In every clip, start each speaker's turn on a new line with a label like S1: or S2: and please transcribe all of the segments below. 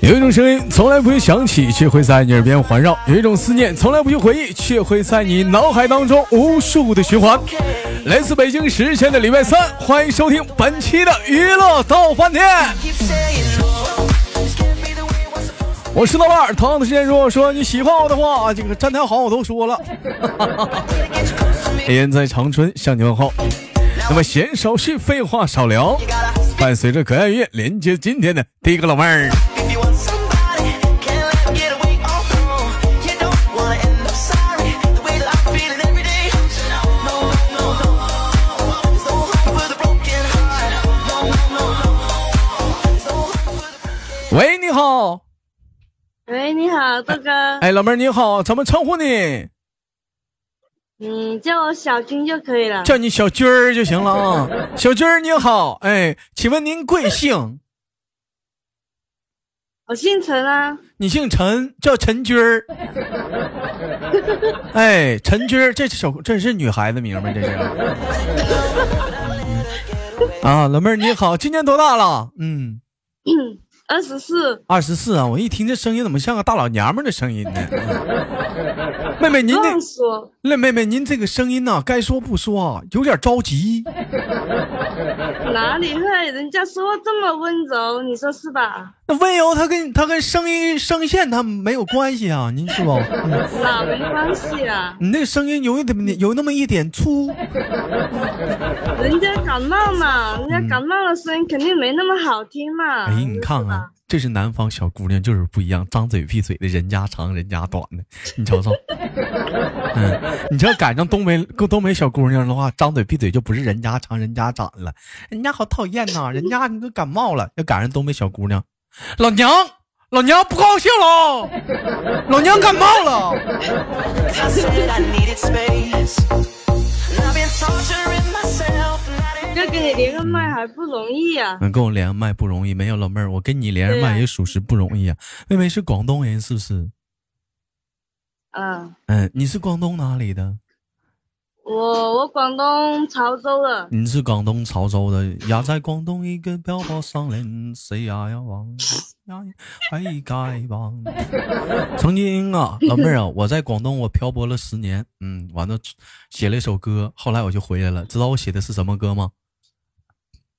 S1: 有一种声音从来不会响起，却会在你耳边环绕；有一种思念从来不去回忆，却会在你脑海当中无数的循环。来自北京时间的礼拜三，欢迎收听本期的娱乐到饭店。我是豆瓣儿，同样的时间，如果说你喜欢我的话，这个站台好我都说了。 人在长春向你问候。那么闲少叙，废话少聊，伴随着可爱音乐，连接今天的第一个老妹儿。喂，你好。
S2: 喂，你好，豆哥。
S1: 哎，老妹儿你好，怎么称呼你？
S2: 嗯，叫我小军就可以了。
S1: 叫你小军儿就行了啊。小军儿你好，哎，请问您贵姓？
S2: 我姓陈啊。
S1: 你姓陈，叫陈军儿。哎，陈军儿，这是小这是女孩子名吗？这是。啊，老妹儿你好，今年多大了？嗯，
S2: 二十四。
S1: 二十四啊！我一听这声音，怎么像个大老娘们儿的声音呢？嗯妹妹，您
S2: 乱说。
S1: 那妹妹，您这个声音呐、该说不说啊，有点着急。
S2: 哪里会？人家说这么温柔，你说是吧？
S1: 那温柔，它跟它跟声音声线它没有关系啊，您是不？嗯
S2: 哪没关系啊？
S1: 你那个声音有一点有那么一点 粗，
S2: 人家感冒嘛，人家感冒的声音肯定没那么好听嘛。
S1: 哎，你看
S2: 啊
S1: 看，这是南方小姑娘，就是不一样，张嘴闭嘴的，人家长人家短的，你 瞅瞅，嗯，你这赶上东北东北小姑娘的话，张嘴闭嘴就不是人家长人家短了，人家好讨厌呐、人家你都感冒了，要赶上东北小姑娘，老娘老娘不高兴了，老娘感冒 了，
S2: 要跟你连个麦还不容易啊？
S1: 嗯，跟我连麦不容易，没有老妹儿，我跟你连上麦
S2: 对呀
S1: 也属实不容易啊，妹妹是广东人是不是？
S2: 嗯，
S1: 嗯，你是广东哪里的？
S2: 我我广东潮州的，
S1: 你是广东潮州的，也在广东一个漂泊商人，谁呀呀王呀哎该王。曾经啊，老妹儿啊，我在广东我漂泊了十年，嗯，完了写了一首歌，后来我就回来了。知道我写的是什么歌吗？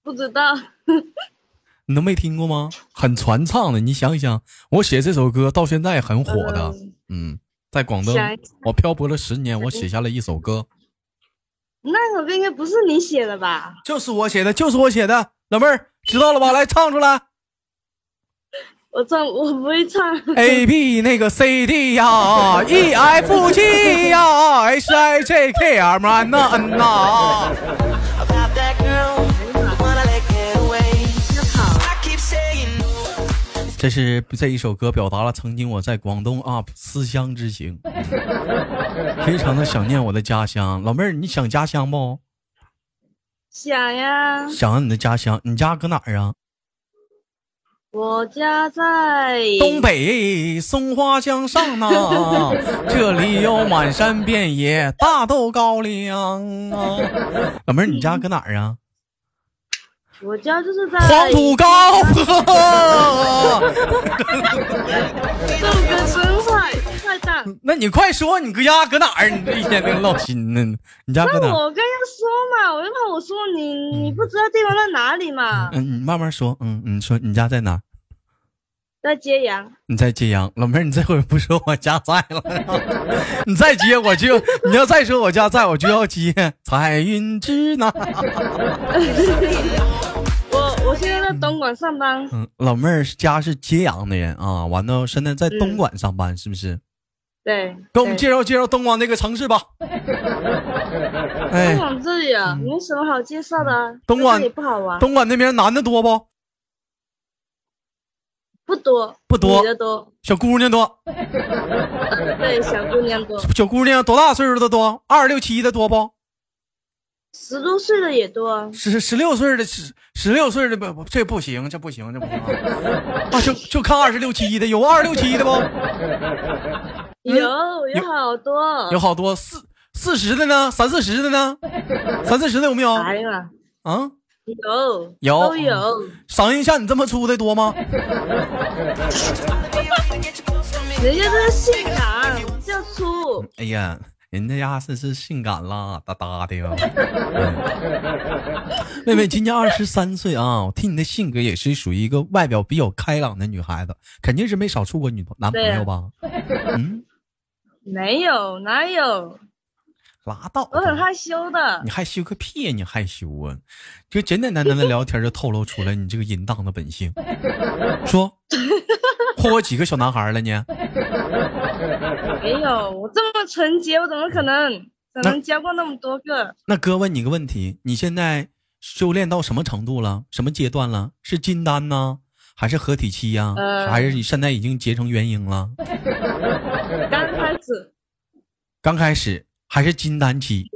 S2: 不知道。
S1: 你都没听过吗？很传唱的，你想一想，我写这首歌到现在很火的，嗯，在广东
S2: 想一想
S1: 我漂泊了十年，我写下了一首歌，
S2: 那首歌应该不是你写的吧？
S1: 就是我写的，就是我写的，老妹儿知道了吧？来唱出来。
S2: 我唱，我不会唱。
S1: A B 那个 C D 呀，E F G 呀，H I J K M N 呐 N 呐。这是这一首歌表达了曾经我在广东啊思乡之 情，非常的想念我的家乡。老妹儿，你想家乡不？
S2: 想呀，
S1: 想你的家乡，你家搁哪儿啊？
S2: 我家在
S1: 东北松花江上 啊，这里有满山遍野大豆高粱啊。老妹儿，你家搁哪儿啊？
S2: 我家就是在
S1: 黄土高 坡。
S2: 豆哥真坏，坏蛋！
S1: 那你快说，你搁家搁哪儿？你这一天跟唠心呢？你家搁哪
S2: 那
S1: 儿？
S2: 哎我刚要说嘛，我又怕我说你，你不知道地方在哪里嘛，
S1: 嗯，你慢慢说。嗯，你说你家在哪儿？
S2: 在揭阳。
S1: 你在揭阳，老妹儿，你这会儿不说我家在了， 你再接我就，你要再说我家在，我就要接彩云之南。
S2: 我我现在在东莞上班，
S1: 嗯，老妹儿家是揭阳的人啊，完了现在在东
S2: 嗯
S1: 莞上班，是不是？
S2: 对，
S1: 给我们
S2: 对
S1: 介绍介绍东莞这个城市吧。哎
S2: 东，莞这里啊，没什么好介绍的啊，
S1: 嗯东莞
S2: 也不好玩，
S1: 东莞那边男的多不？
S2: 不多，
S1: 不多
S2: 女的多，
S1: 小姑娘多，
S2: 呃，对，小姑娘多，
S1: 小姑娘多大岁数的多？二六七的多不？
S2: 十多岁的也多啊，
S1: 十十六岁的十十六岁的不不这不行，这不行，这不行啊！啊就就看二十六七的，有二六七的不？
S2: 有有好多，
S1: 有好多四四十的呢，三四十的呢，三四十的有没有？
S2: 哎呀妈，
S1: 啊，
S2: 有
S1: 有嗯
S2: 都有，
S1: 嗓音像你这么粗的多吗？
S2: 人家这是性感就粗，
S1: 哎呀，人家是是性感啦，哒哒的呀。哦嗯妹妹今年二十三岁啊，我听你的性格也是属于一个外表比较开朗的女孩子，肯定是没少处过女朋男朋友吧？嗯，
S2: 没有哪有，
S1: 拉倒吧。
S2: 我很害羞的
S1: 你，害羞个屁呀！你害羞啊？就简简单单的聊天就透露出来你这个淫荡的本性。说，霍霍几个小男孩了呢？
S2: 没有，我这么纯洁，我怎么可能可能教过那么多个？
S1: 那哥问你个问题，你现在修炼到什么程度了？什么阶段了？是金丹呢，还是合体期呀、
S2: 呃
S1: 还是你现在已经结成元婴了？
S2: 刚开始
S1: 刚开始还是金丹期，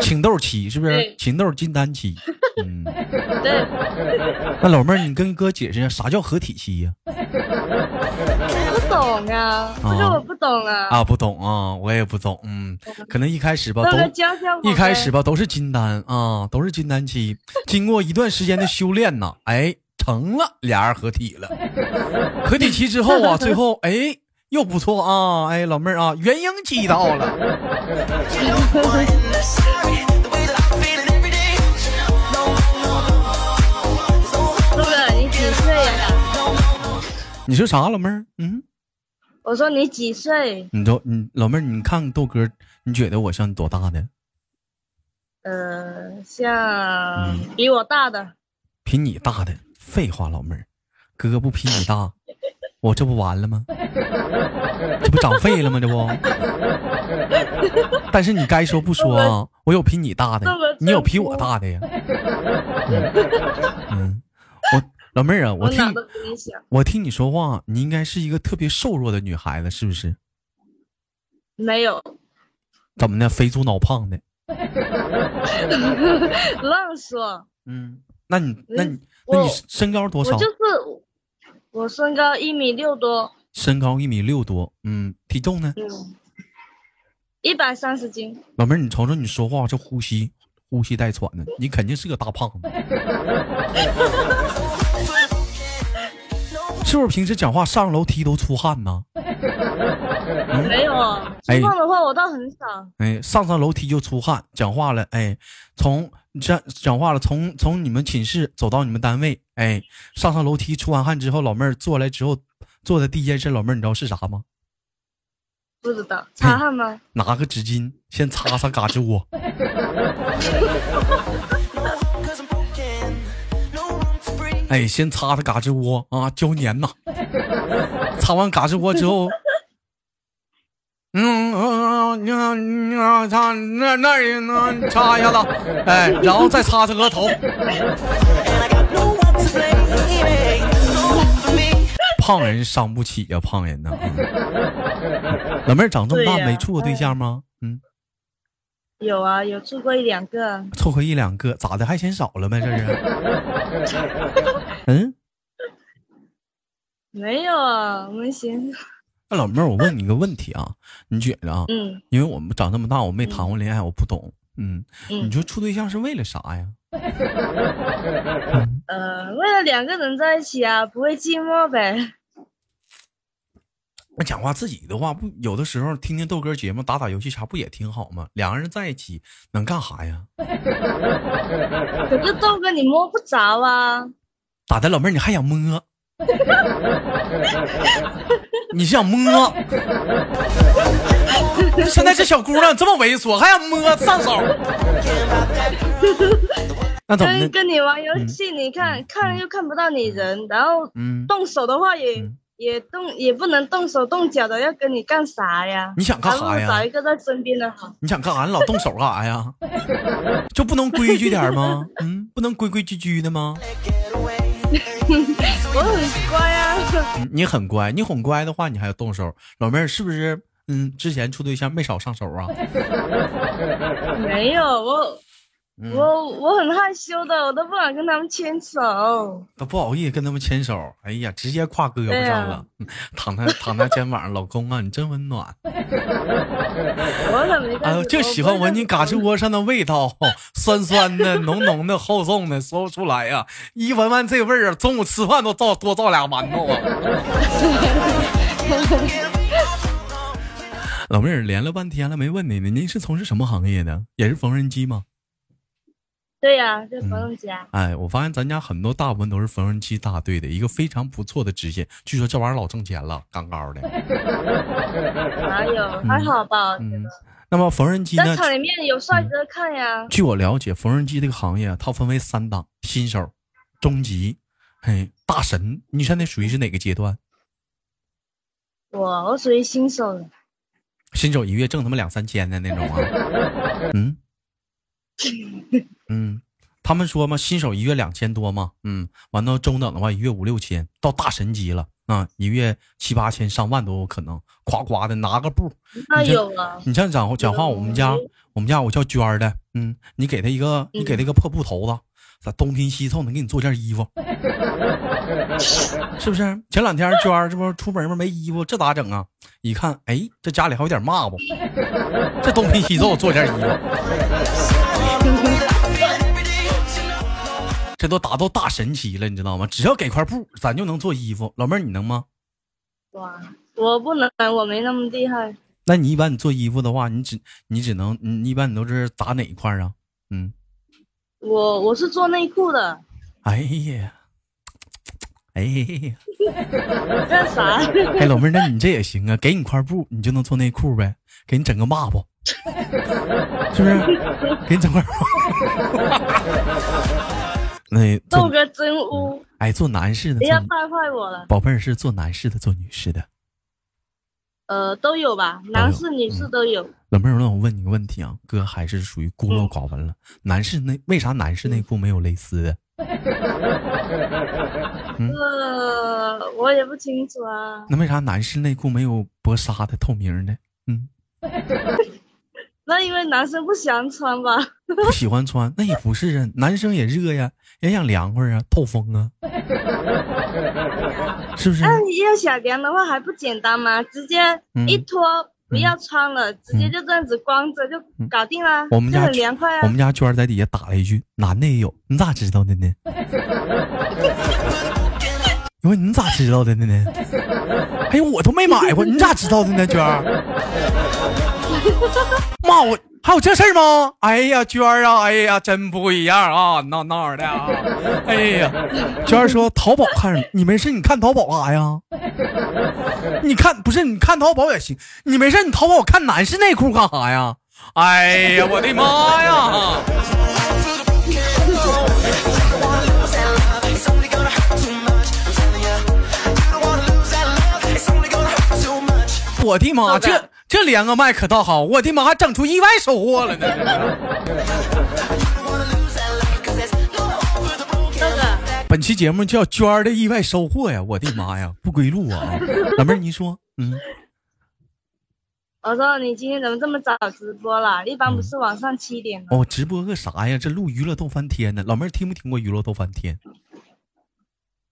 S1: 情窦期是不是
S2: 对？
S1: 情窦金丹期。嗯，
S2: 对，
S1: 那老妹儿，你跟哥解释一下啥叫合体期呀、
S2: 不懂啊，这个我不懂啊，
S1: 啊，不懂啊，我也不懂。嗯，可能一开始吧，
S2: 那
S1: 都
S2: 来教教我呗。
S1: 一开始吧，都是金丹啊，都是金丹期。经过一段时间的修炼呐， 哎，成了，俩人合体了。合体期之后啊，最后哎又不错啊，哎老妹儿啊，元婴期到了。
S2: 哥哥，你几岁呀、
S1: 你说啥，老妹儿？嗯，
S2: 我说你几岁？
S1: 你说你老妹儿，你看豆哥，你觉得我像多大的？
S2: 呃，像比我大的，
S1: 比你大的？废话，老妹儿，哥不比你大，我这不完了吗？这不长废了吗？这不。但是你该说不说啊，我有比你大的
S2: 那我，
S1: 你有比我大的呀。嗯，嗯我老妹儿啊，我
S2: 我
S1: 听
S2: 哪都比你小。
S1: 我听你说话，你应该是一个特别瘦弱的女孩子，是不是？
S2: 没有，
S1: 怎么的，肥猪脑胖的？
S2: 乱说。
S1: 嗯，那你那你
S2: 我
S1: 那你身高多
S2: 我
S1: 少
S2: 就？是我身高一米六多，
S1: 身高一米六多，嗯，体重呢？
S2: 嗯，一百三十斤。
S1: 老妹儿，你瞅瞅你说话这呼吸，呼吸带喘的，你肯定是个大胖子， 是不是？平时讲话上楼梯都出汗呢？
S2: 没有啊，
S1: 哎
S2: 吃饭的话我倒很少。
S1: 哎，上上楼梯就出汗，讲话了，哎，从这讲话了，从从你们寝室走到你们单位，哎，上上楼梯出完汗之后，老妹儿坐来之后做的第一件事，老妹儿你知道是啥吗？
S2: 不知
S1: 哎
S2: 道擦汗吗？
S1: 拿个纸巾先擦擦嘎吱窝。哎，先擦擦嘎吱窝啊，胶粘 呐。擦完嘎吱窝之后，嗯嗯嗯嗯，你啊擦那那儿也能擦一下子，哎，然后再擦擦额 头，胖人伤不起呀、胖人呐、啊老妹儿长这么大
S2: 对呀
S1: 没处过对象吗？嗯，
S2: 有啊，有住过一两个，
S1: 凑合一两个，咋的还嫌少了呗？这是？ 嗯，
S2: 没有啊，我们行，
S1: 那老妹儿，我问你个问题啊，你觉得啊，
S2: 嗯
S1: 因为我们长这么大，我没谈过恋爱，我不懂。嗯，你
S2: 嗯，
S1: 说处对象是为了啥呀？
S2: 呃，为了两个人在一起啊，不会寂寞呗。
S1: 那讲话自己的话，不有的时候听听豆哥节目，打打游戏啥不也挺好吗？两个人在一起能干啥呀？
S2: 可是豆哥你摸不着啊，
S1: 咋的，老妹儿你还想摸？你是想摸？ 现在这小姑娘这么猥琐，还想摸上手？那怎么
S2: 跟
S1: 的？
S2: 跟你玩游戏，你看看又看不到你人，然后
S1: 嗯，
S2: 动手的话也
S1: 嗯
S2: 也动也不能动手动脚的，要跟你干啥呀？
S1: 你想干啥呀
S2: 还不如找一个在身边的好。
S1: 你想干啥？你老动手干啥呀？ 就不能规矩点儿吗？嗯，不能规规矩矩的吗？
S2: 我很乖啊，
S1: 嗯你很乖，你很乖的话，你还要动手，老妹儿是不是？ 嗯，之前处对象没少上手啊？
S2: 没有我
S1: 嗯
S2: 我我很害羞的，我都不敢跟他们牵手。
S1: 都不好意思跟他们牵手，哎呀，直接跨胳膊
S2: 对
S1: 上
S2: 呀
S1: 了，嗯躺在躺在肩膀上，老公啊，你真温暖
S2: 我可没
S1: 啊，
S2: 干。
S1: 就喜欢闻你嘎吱窝上的味道，酸酸的、浓浓的、厚重的，说不出来呀、一闻完这味儿啊，中午吃饭都造多造俩馒头啊。 老妹儿连了半天了，没问你呢，您是从事什么行业的？也是缝纫机吗？
S2: 对呀，在朋友家。
S1: 哎，我发现咱家很多大部分都是缝纫机大队的一个非常不错的职业，据说这玩意儿老挣钱了，杠高的。
S2: 哪有？还好吧，我觉
S1: 嗯
S2: 得。，
S1: 那么缝纫机
S2: 在
S1: 呢？嗯
S2: 厂里面有帅哥看呀。
S1: 据我了解，缝纫机这个行业啊它分为三档：新手、中级，嘿，大神。你现在属于是哪个阶段？
S2: 我我属于新手的，
S1: 新手一月挣他妈两三千的那种啊？嗯嗯，他们说嘛，新手一月两千多嘛，嗯，完到中等的话，一月五六千，到大神级了啊，一月七八千、上万都有可能，夸夸的拿个布，
S2: 那
S1: 你这
S2: 有啊。
S1: 你像讲讲话，我们家我们家我叫娟儿的，嗯，你给她一个，你给她一个破布头子，咋东拼西凑能给你做件衣服，是不是？前两天娟儿这不出门吗？没衣服，这咋整啊？一看，哎，这家里还有点抹布，这东拼西凑做件衣服，这都达到大神级了，你知道吗？只要给块布，咱就能做衣服。老妹儿，你能吗？
S2: 哇，我不能，我没那么厉害。
S1: 那你一般你做衣服的话，你只你只能你一般你都是砸哪一块儿啊？嗯。
S2: 我我是做内裤的，
S1: 哎呀，哎呀，
S2: 干啥？
S1: 哎，老妹儿，那你这也行啊，给你块布，你就能做内裤呗，给你整个抹布，是不是？给你整块抹布。 那
S2: 豆
S1: 做
S2: 哥真污，
S1: 哎做男士的，
S2: 不要
S1: 做
S2: 带坏我了。
S1: 宝贝儿是做男士的，做女士的。
S2: 呃，都有吧，男士女
S1: 嗯
S2: 士都有。
S1: 老妹儿，那我问你个问题啊，哥还是属于孤陋寡闻了。男士内为啥男士内裤没有蕾丝的？
S2: 呃，我也不清楚啊，
S1: 那为啥男士内裤没有薄纱的、透明的？嗯，
S2: 那因为男生不喜欢穿吧。
S1: 不喜欢穿，那也不是啊，男生也热呀，也想凉快啊，透风啊，是不是？
S2: 那你要想凉的话还不简单吗？直接
S1: 嗯
S2: 一脱，不要穿了，直接就这样子光着就搞定了，
S1: 嗯我们
S2: 就
S1: 家
S2: 很凉快
S1: 我
S2: 啊。
S1: 们家娟儿在底下打了一句：“男的也有，你咋知道的呢？”我说你咋知道的呢？哎呦，我都没买过，你咋知道的呢？娟儿，妈，我还有这事儿吗？哎呀，娟儿啊，哎呀，真不一样啊，闹闹的啊，哎呀，娟儿说淘宝看，你没事你看淘宝干啥呀？你看不是你看淘宝也行，你没事你淘宝看男士内裤干啥呀？哎呀，我的妈呀！我的妈，
S2: 是
S1: 这
S2: 的
S1: 这连个麦可倒好，我的妈，还整出意外收获了呢！
S2: 豆哥，
S1: 本期节目叫娟儿的意外收获呀，我的妈呀，不归路啊！老妹儿，你说，嗯，
S2: 我说你今天怎么这么早直播了？一般不是晚上七点吗？
S1: 我、哦直播个啥呀？这录娱乐逗翻天呢。老妹儿听没听过娱乐逗翻天？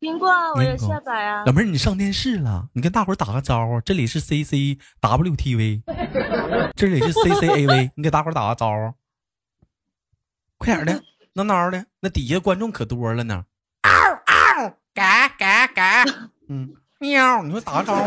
S2: 听过啊，我有
S1: 听过
S2: 下载啊
S1: 老。妹儿，你上电视了，你跟大伙儿打个招呼。这里是 C C W T V，这里是 C C A V，你给大伙儿打个招呼，快点儿的，闹闹的，那底下观众可多了呢。嗷嗷，嘎嘎嘎，嗯，喵，你说打个招呼，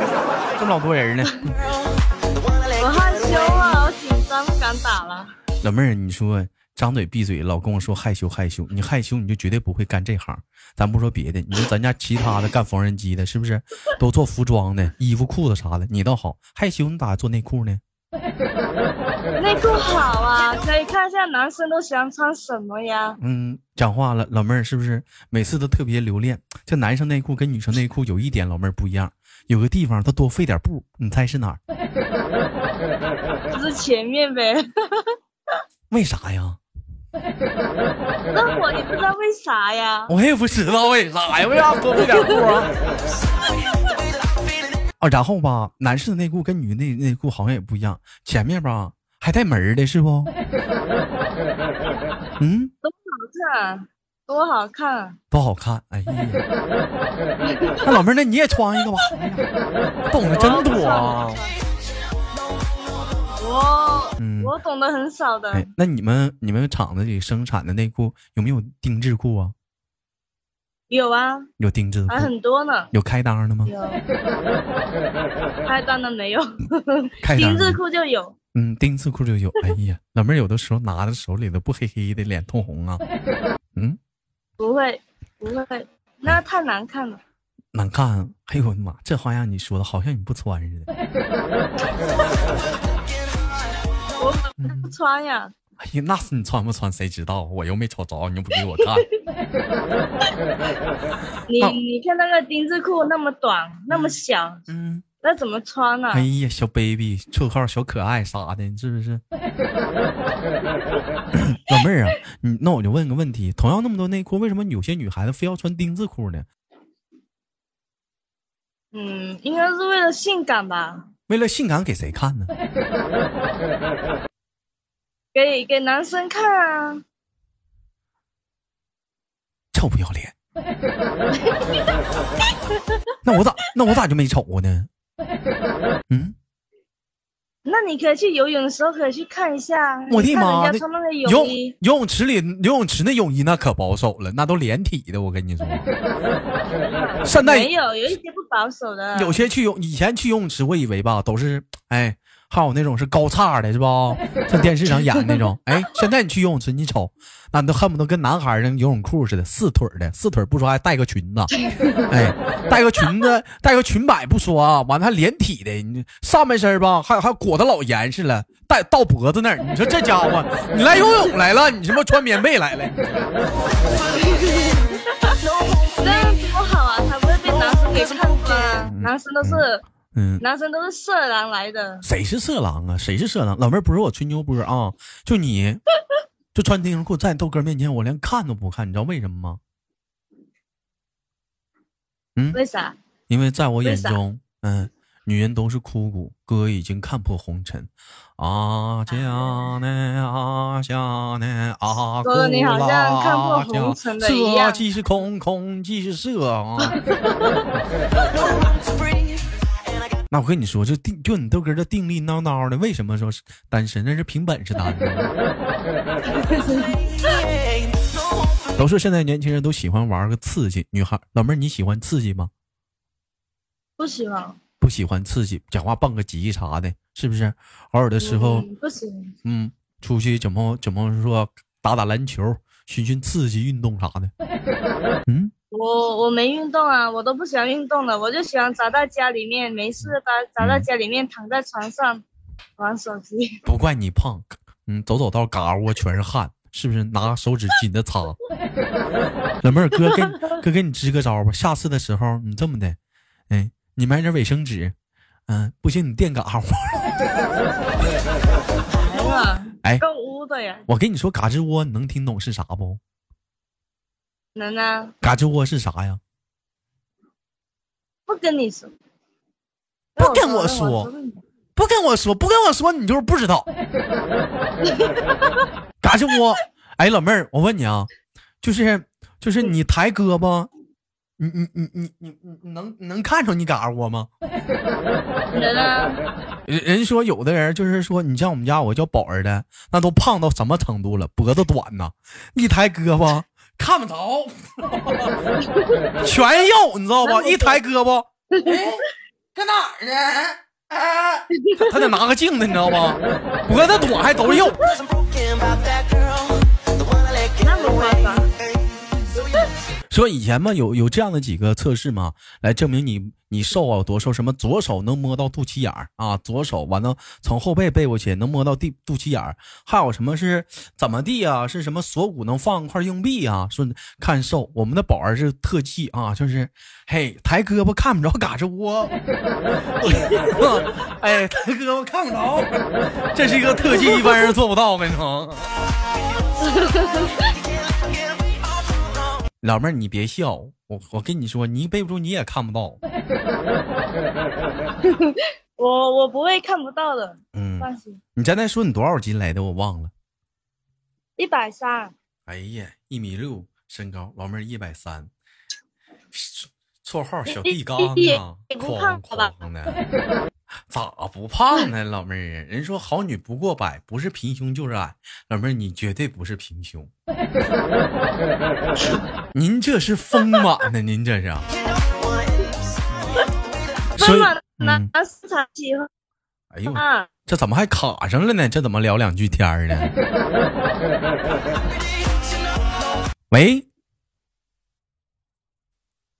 S1: 这么老多人呢。
S2: 我害羞啊，我紧张不敢打了。
S1: 老妹儿，你说张嘴闭嘴，老跟我说害羞害羞，你害羞你就绝对不会干这行。咱不说别的，你说咱家其他的干缝纫机的，是不是都做服装的、衣服、裤子啥的？你倒好，害羞你咋做内裤呢？
S2: 内裤好啊，可以看一下男生都喜欢穿什么呀？
S1: 嗯，讲话了，老妹儿是不是每次都特别留恋？这男生内裤跟女生内裤有一点，老妹儿不一样，有个地方它多费点布，你猜是哪儿？
S2: 就是前面呗。
S1: 为啥呀？
S2: 那我也不知道为啥呀。
S1: 我也不知道为啥呀，为啥多费点布 啊？啊，然后吧，男士的内裤跟女内内裤好像也不一样，前面吧还带门儿的是不？ 嗯，
S2: 多好看，啊多好看！啊
S1: 多好看！哎呀，那老妹儿，那你也穿一个吧。哎呀懂的真多啊。
S2: 我、
S1: 嗯
S2: 我懂得很少的，
S1: 哎，那你们你们厂子里生产的内裤有没有定制裤啊？
S2: 有啊，
S1: 有定制的
S2: 还
S1: 裤，
S2: 很多呢。
S1: 有开裆的吗？
S2: 有，开裆的没有，
S1: 开裆
S2: 丁字
S1: 的，
S2: 裤就有。
S1: 嗯，丁字裤就有。哎呀，老妹儿有的时候拿着手里头不黑黑的，脸通红啊。嗯，
S2: 不会，不会，那太难看了。
S1: 难看。哎呦我的妈，这话让你说的好像你不穿似的。
S2: 我
S1: 嗯
S2: 不穿呀，
S1: 哎呀，那是你穿不穿谁知道？我又没瞅着，你又不给我看。
S2: 你
S1: 那
S2: 你看那个丁字裤那么短，那么小，
S1: 嗯，
S2: 那怎么穿啊呢、
S1: 哎呀，小 baby，绰号小可爱啥的，你是不是？老妹儿啊，你那我就问个问题：同样那么多内裤，为什么有些女孩子非要穿丁字裤呢？
S2: 嗯，应该是为了性感吧，
S1: 为了性感给谁看呢？
S2: 给给男生看啊。
S1: 臭不要脸！那我咋那我咋就没瞅过呢？嗯，
S2: 那你可以去游泳的时候可以去看一下，
S1: 我的
S2: 你看
S1: 妈
S2: 人
S1: 的
S2: 家穿那个
S1: 游
S2: 泳
S1: 泳
S2: 衣，
S1: 游泳池里游泳池那泳衣那可保守了，那都连体的，我跟你说。现在
S2: 没有，有一些不保守的，
S1: 有些去游，以前去游泳池，我以为吧都是，哎，还有那种是高叉的，是不？ 像电视上演的那种。哎，现在你去游泳池，你瞅，那你都恨不得跟男孩儿那游泳裤似的，四腿儿的，四腿儿不说还带个裙子，哎，带个裙子，带个裙摆不说啊，完了还连体的，你上半身儿吧还还裹得老严实了，带到脖子那儿，你说这家伙，你来游泳来了，你他妈穿棉被来了，你
S2: 这样多好啊，才不会被男生给看出来。啊男生都是
S1: 嗯。
S2: 男生都是色狼来的，
S1: 谁是色狼啊？谁是色狼？老妹儿不是我吹牛波啊，就你，就穿丁字裤在豆哥面前，我连看都不看，你知道为什么吗？
S2: 为啥？
S1: 因为在我眼
S2: 为啥
S1: 中，嗯，女人都是枯骨，哥已经看破红尘。啊，这样的啊，下呢啊，
S2: 说得你好像看破
S1: 哭啦
S2: 红尘的
S1: 这
S2: 一样
S1: 既是空，空即是色啊。 那我跟你说，就定就你豆哥这定力孬孬的，为什么说是单身？那是凭本事单的。都说现在年轻人都喜欢玩个刺激，女孩老妹儿你喜欢刺激吗？
S2: 不喜欢，
S1: 不喜欢刺激，讲话蹦个极啥的，是不是？偶尔的时候，
S2: 嗯不行，
S1: 嗯，出去怎么怎么说打打篮球，寻寻刺激运动啥的。嗯，
S2: 我我没运动啊，我都不喜欢运动的，我就喜欢宅在家里面，没事吧，宅在家里面躺在床上玩手机。
S1: 不怪你胖，嗯，走走道嘎窝全是汗，是不是？拿手指紧着擦。老妹儿，哥给你哥给你支个招吧，下次的时候你这么的，哎，你买点卫生纸，嗯、不行你垫嘎窝。
S2: 哎呀，
S1: 哎，
S2: 够污的呀！
S1: 我跟你说，嘎吱窝，你能听懂是啥不？
S2: 能啊，
S1: 嘎吱窝是啥呀？
S2: 不跟你说，
S1: 不跟我
S2: 那
S1: 说
S2: 我问你
S1: 不跟我说，不跟我说，你就是不知道。嘎吱窝，哎，老妹儿，我问你啊，就是就是你抬胳膊，你你你你你你你能能看着你嘎吱窝吗？
S2: 能啊，
S1: 人人说有的人就是说，你像我们家我叫宝儿的，那都胖到什么程度了？脖子短呐，一抬胳膊看不着，全肉你知道吧？一抬胳膊，哎，搁哪儿呢？啊，他他得拿个镜子，你知道吧？脖子短还都是肉，
S2: 那么夸张。
S1: 说以前嘛，有有这样的几个测试嘛，来证明你你瘦啊有多瘦，什么左手能摸到肚脐眼儿啊，左手完了从后背背过去能摸到地肚脐眼儿，还有什么是怎么地啊？是什么锁骨能放块硬币啊？说看瘦，我们的宝儿是特技啊，就是嘿抬胳膊看不着嘎吱窝， 哎抬胳膊看不着，这是一个特技，一般人做不到，我跟你说。老妹儿，你别笑，我我跟你说，你背不住你也看不到。
S2: 我我不会看不到的，
S1: 嗯，
S2: 放心。
S1: 你刚才说你多少斤来的？我忘了，
S2: 一百三，
S1: 哎呀，一米六身高，老妹儿一百三，绰号小地缸啊，
S2: 你不
S1: 哐
S2: 胖吧
S1: 哐的，咋不胖呢？老妹儿，人说好女不过百，不是平胸就是矮。老妹儿，你绝对不是平 胸，您这是丰满呢，您这是。啊所以
S2: 妈妈，拿
S1: 嗯，
S2: 市场喜欢
S1: 哎呦，
S2: 啊，
S1: 这怎么还卡上了呢？这怎么聊两句天儿呢？喂，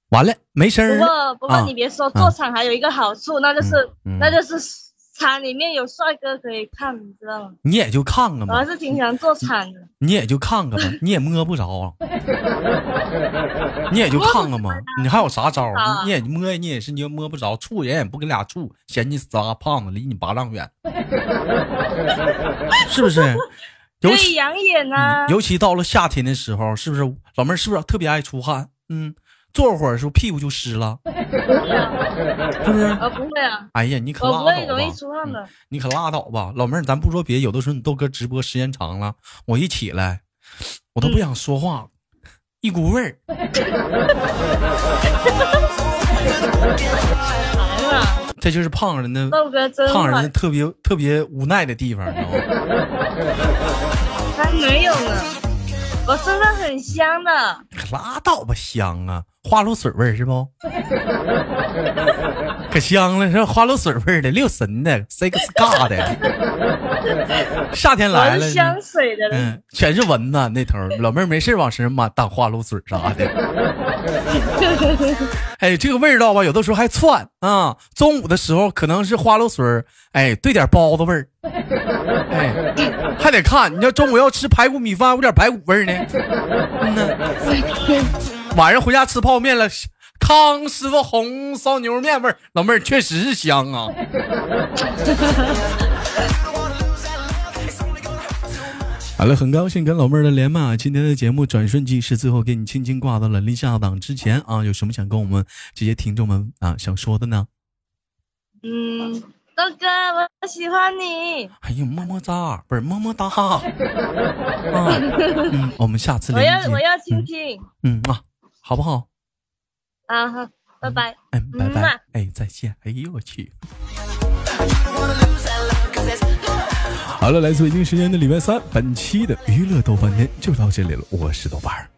S1: 完了，没声
S2: 不
S1: 儿了。
S2: 过不过
S1: 啊
S2: 你别说，
S1: 啊
S2: 做场还有一个好处，那就是
S1: 嗯嗯
S2: 那就是场里面有帅哥可以看，你知道吗？
S1: 你也就看看
S2: 我还
S1: 吧，
S2: 是挺想做场的。
S1: 你也就看看吧，你也摸不着，啊你也就看看吧，你还有啥招儿？
S2: 啊
S1: 你也摸，你也是你也摸不着，处人也不跟俩处，嫌你仨胖子离你八丈 远，是不是？尤
S2: 对，
S1: 其
S2: 养眼
S1: 嗯
S2: 啊，
S1: 尤其到了夏天的时候，是不是老妹儿是不是特别爱出汗？嗯，坐会儿的时候屁股就湿了，
S2: 啊
S1: 是不是？
S2: 我不会啊，
S1: 哎呀，你可
S2: 我
S1: 拉
S2: 不
S1: 倒吧嗯
S2: 会！容易出汗的。
S1: 你可拉倒吧，老妹儿，咱不说别的，有的时候你豆哥直播时间长了，我一起来，我
S2: 嗯
S1: 都不想说话，一股味儿。
S2: 哎呀，
S1: 这就是胖人的
S2: 豆哥真
S1: 胖人
S2: 坏
S1: 的，特别特别无奈的地方，你知道吗？
S2: 还没有呢，我身上很香的。
S1: 可拉倒吧，香啊，花露水味儿是不？ 可香了，是花露水味儿的，六神的，six god 的。 夏天来
S2: 我
S1: 了
S2: 是，香水的人，
S1: 嗯，全是蚊子那头儿。老妹儿没事儿往身上抹打花露水啥的。哎，这个味道吧，有的时候还窜啊。中午的时候可能是花露水儿，哎，兑点包子味儿，哎，还得看。你要中午要吃排骨米饭，有点排骨味儿呢。嗯呐。晚上回家吃泡面了，康师傅红烧牛肉面味儿，老妹儿确实是香啊。好了，很高兴跟老妹儿的连麦。啊今天的节目转瞬即逝，最后给你轻轻挂到了临下档之前啊，有什么想跟我们这些听众们啊想说的呢？
S2: 嗯，豆哥，我喜欢你，
S1: 哎呀，么么哒，不是么么哒。啊，嗯，我们下次
S2: 我要
S1: 连接
S2: 我，要亲亲
S1: 嗯啊，好不好？
S2: 啊，好，拜拜。
S1: 嗯，拜
S2: 嗯
S1: 拜
S2: 嘛，
S1: 哎，再见，哎呦我去。好了，来自北京时间的礼拜三，本期的娱乐豆瓣天就到这里了，我是豆瓣儿。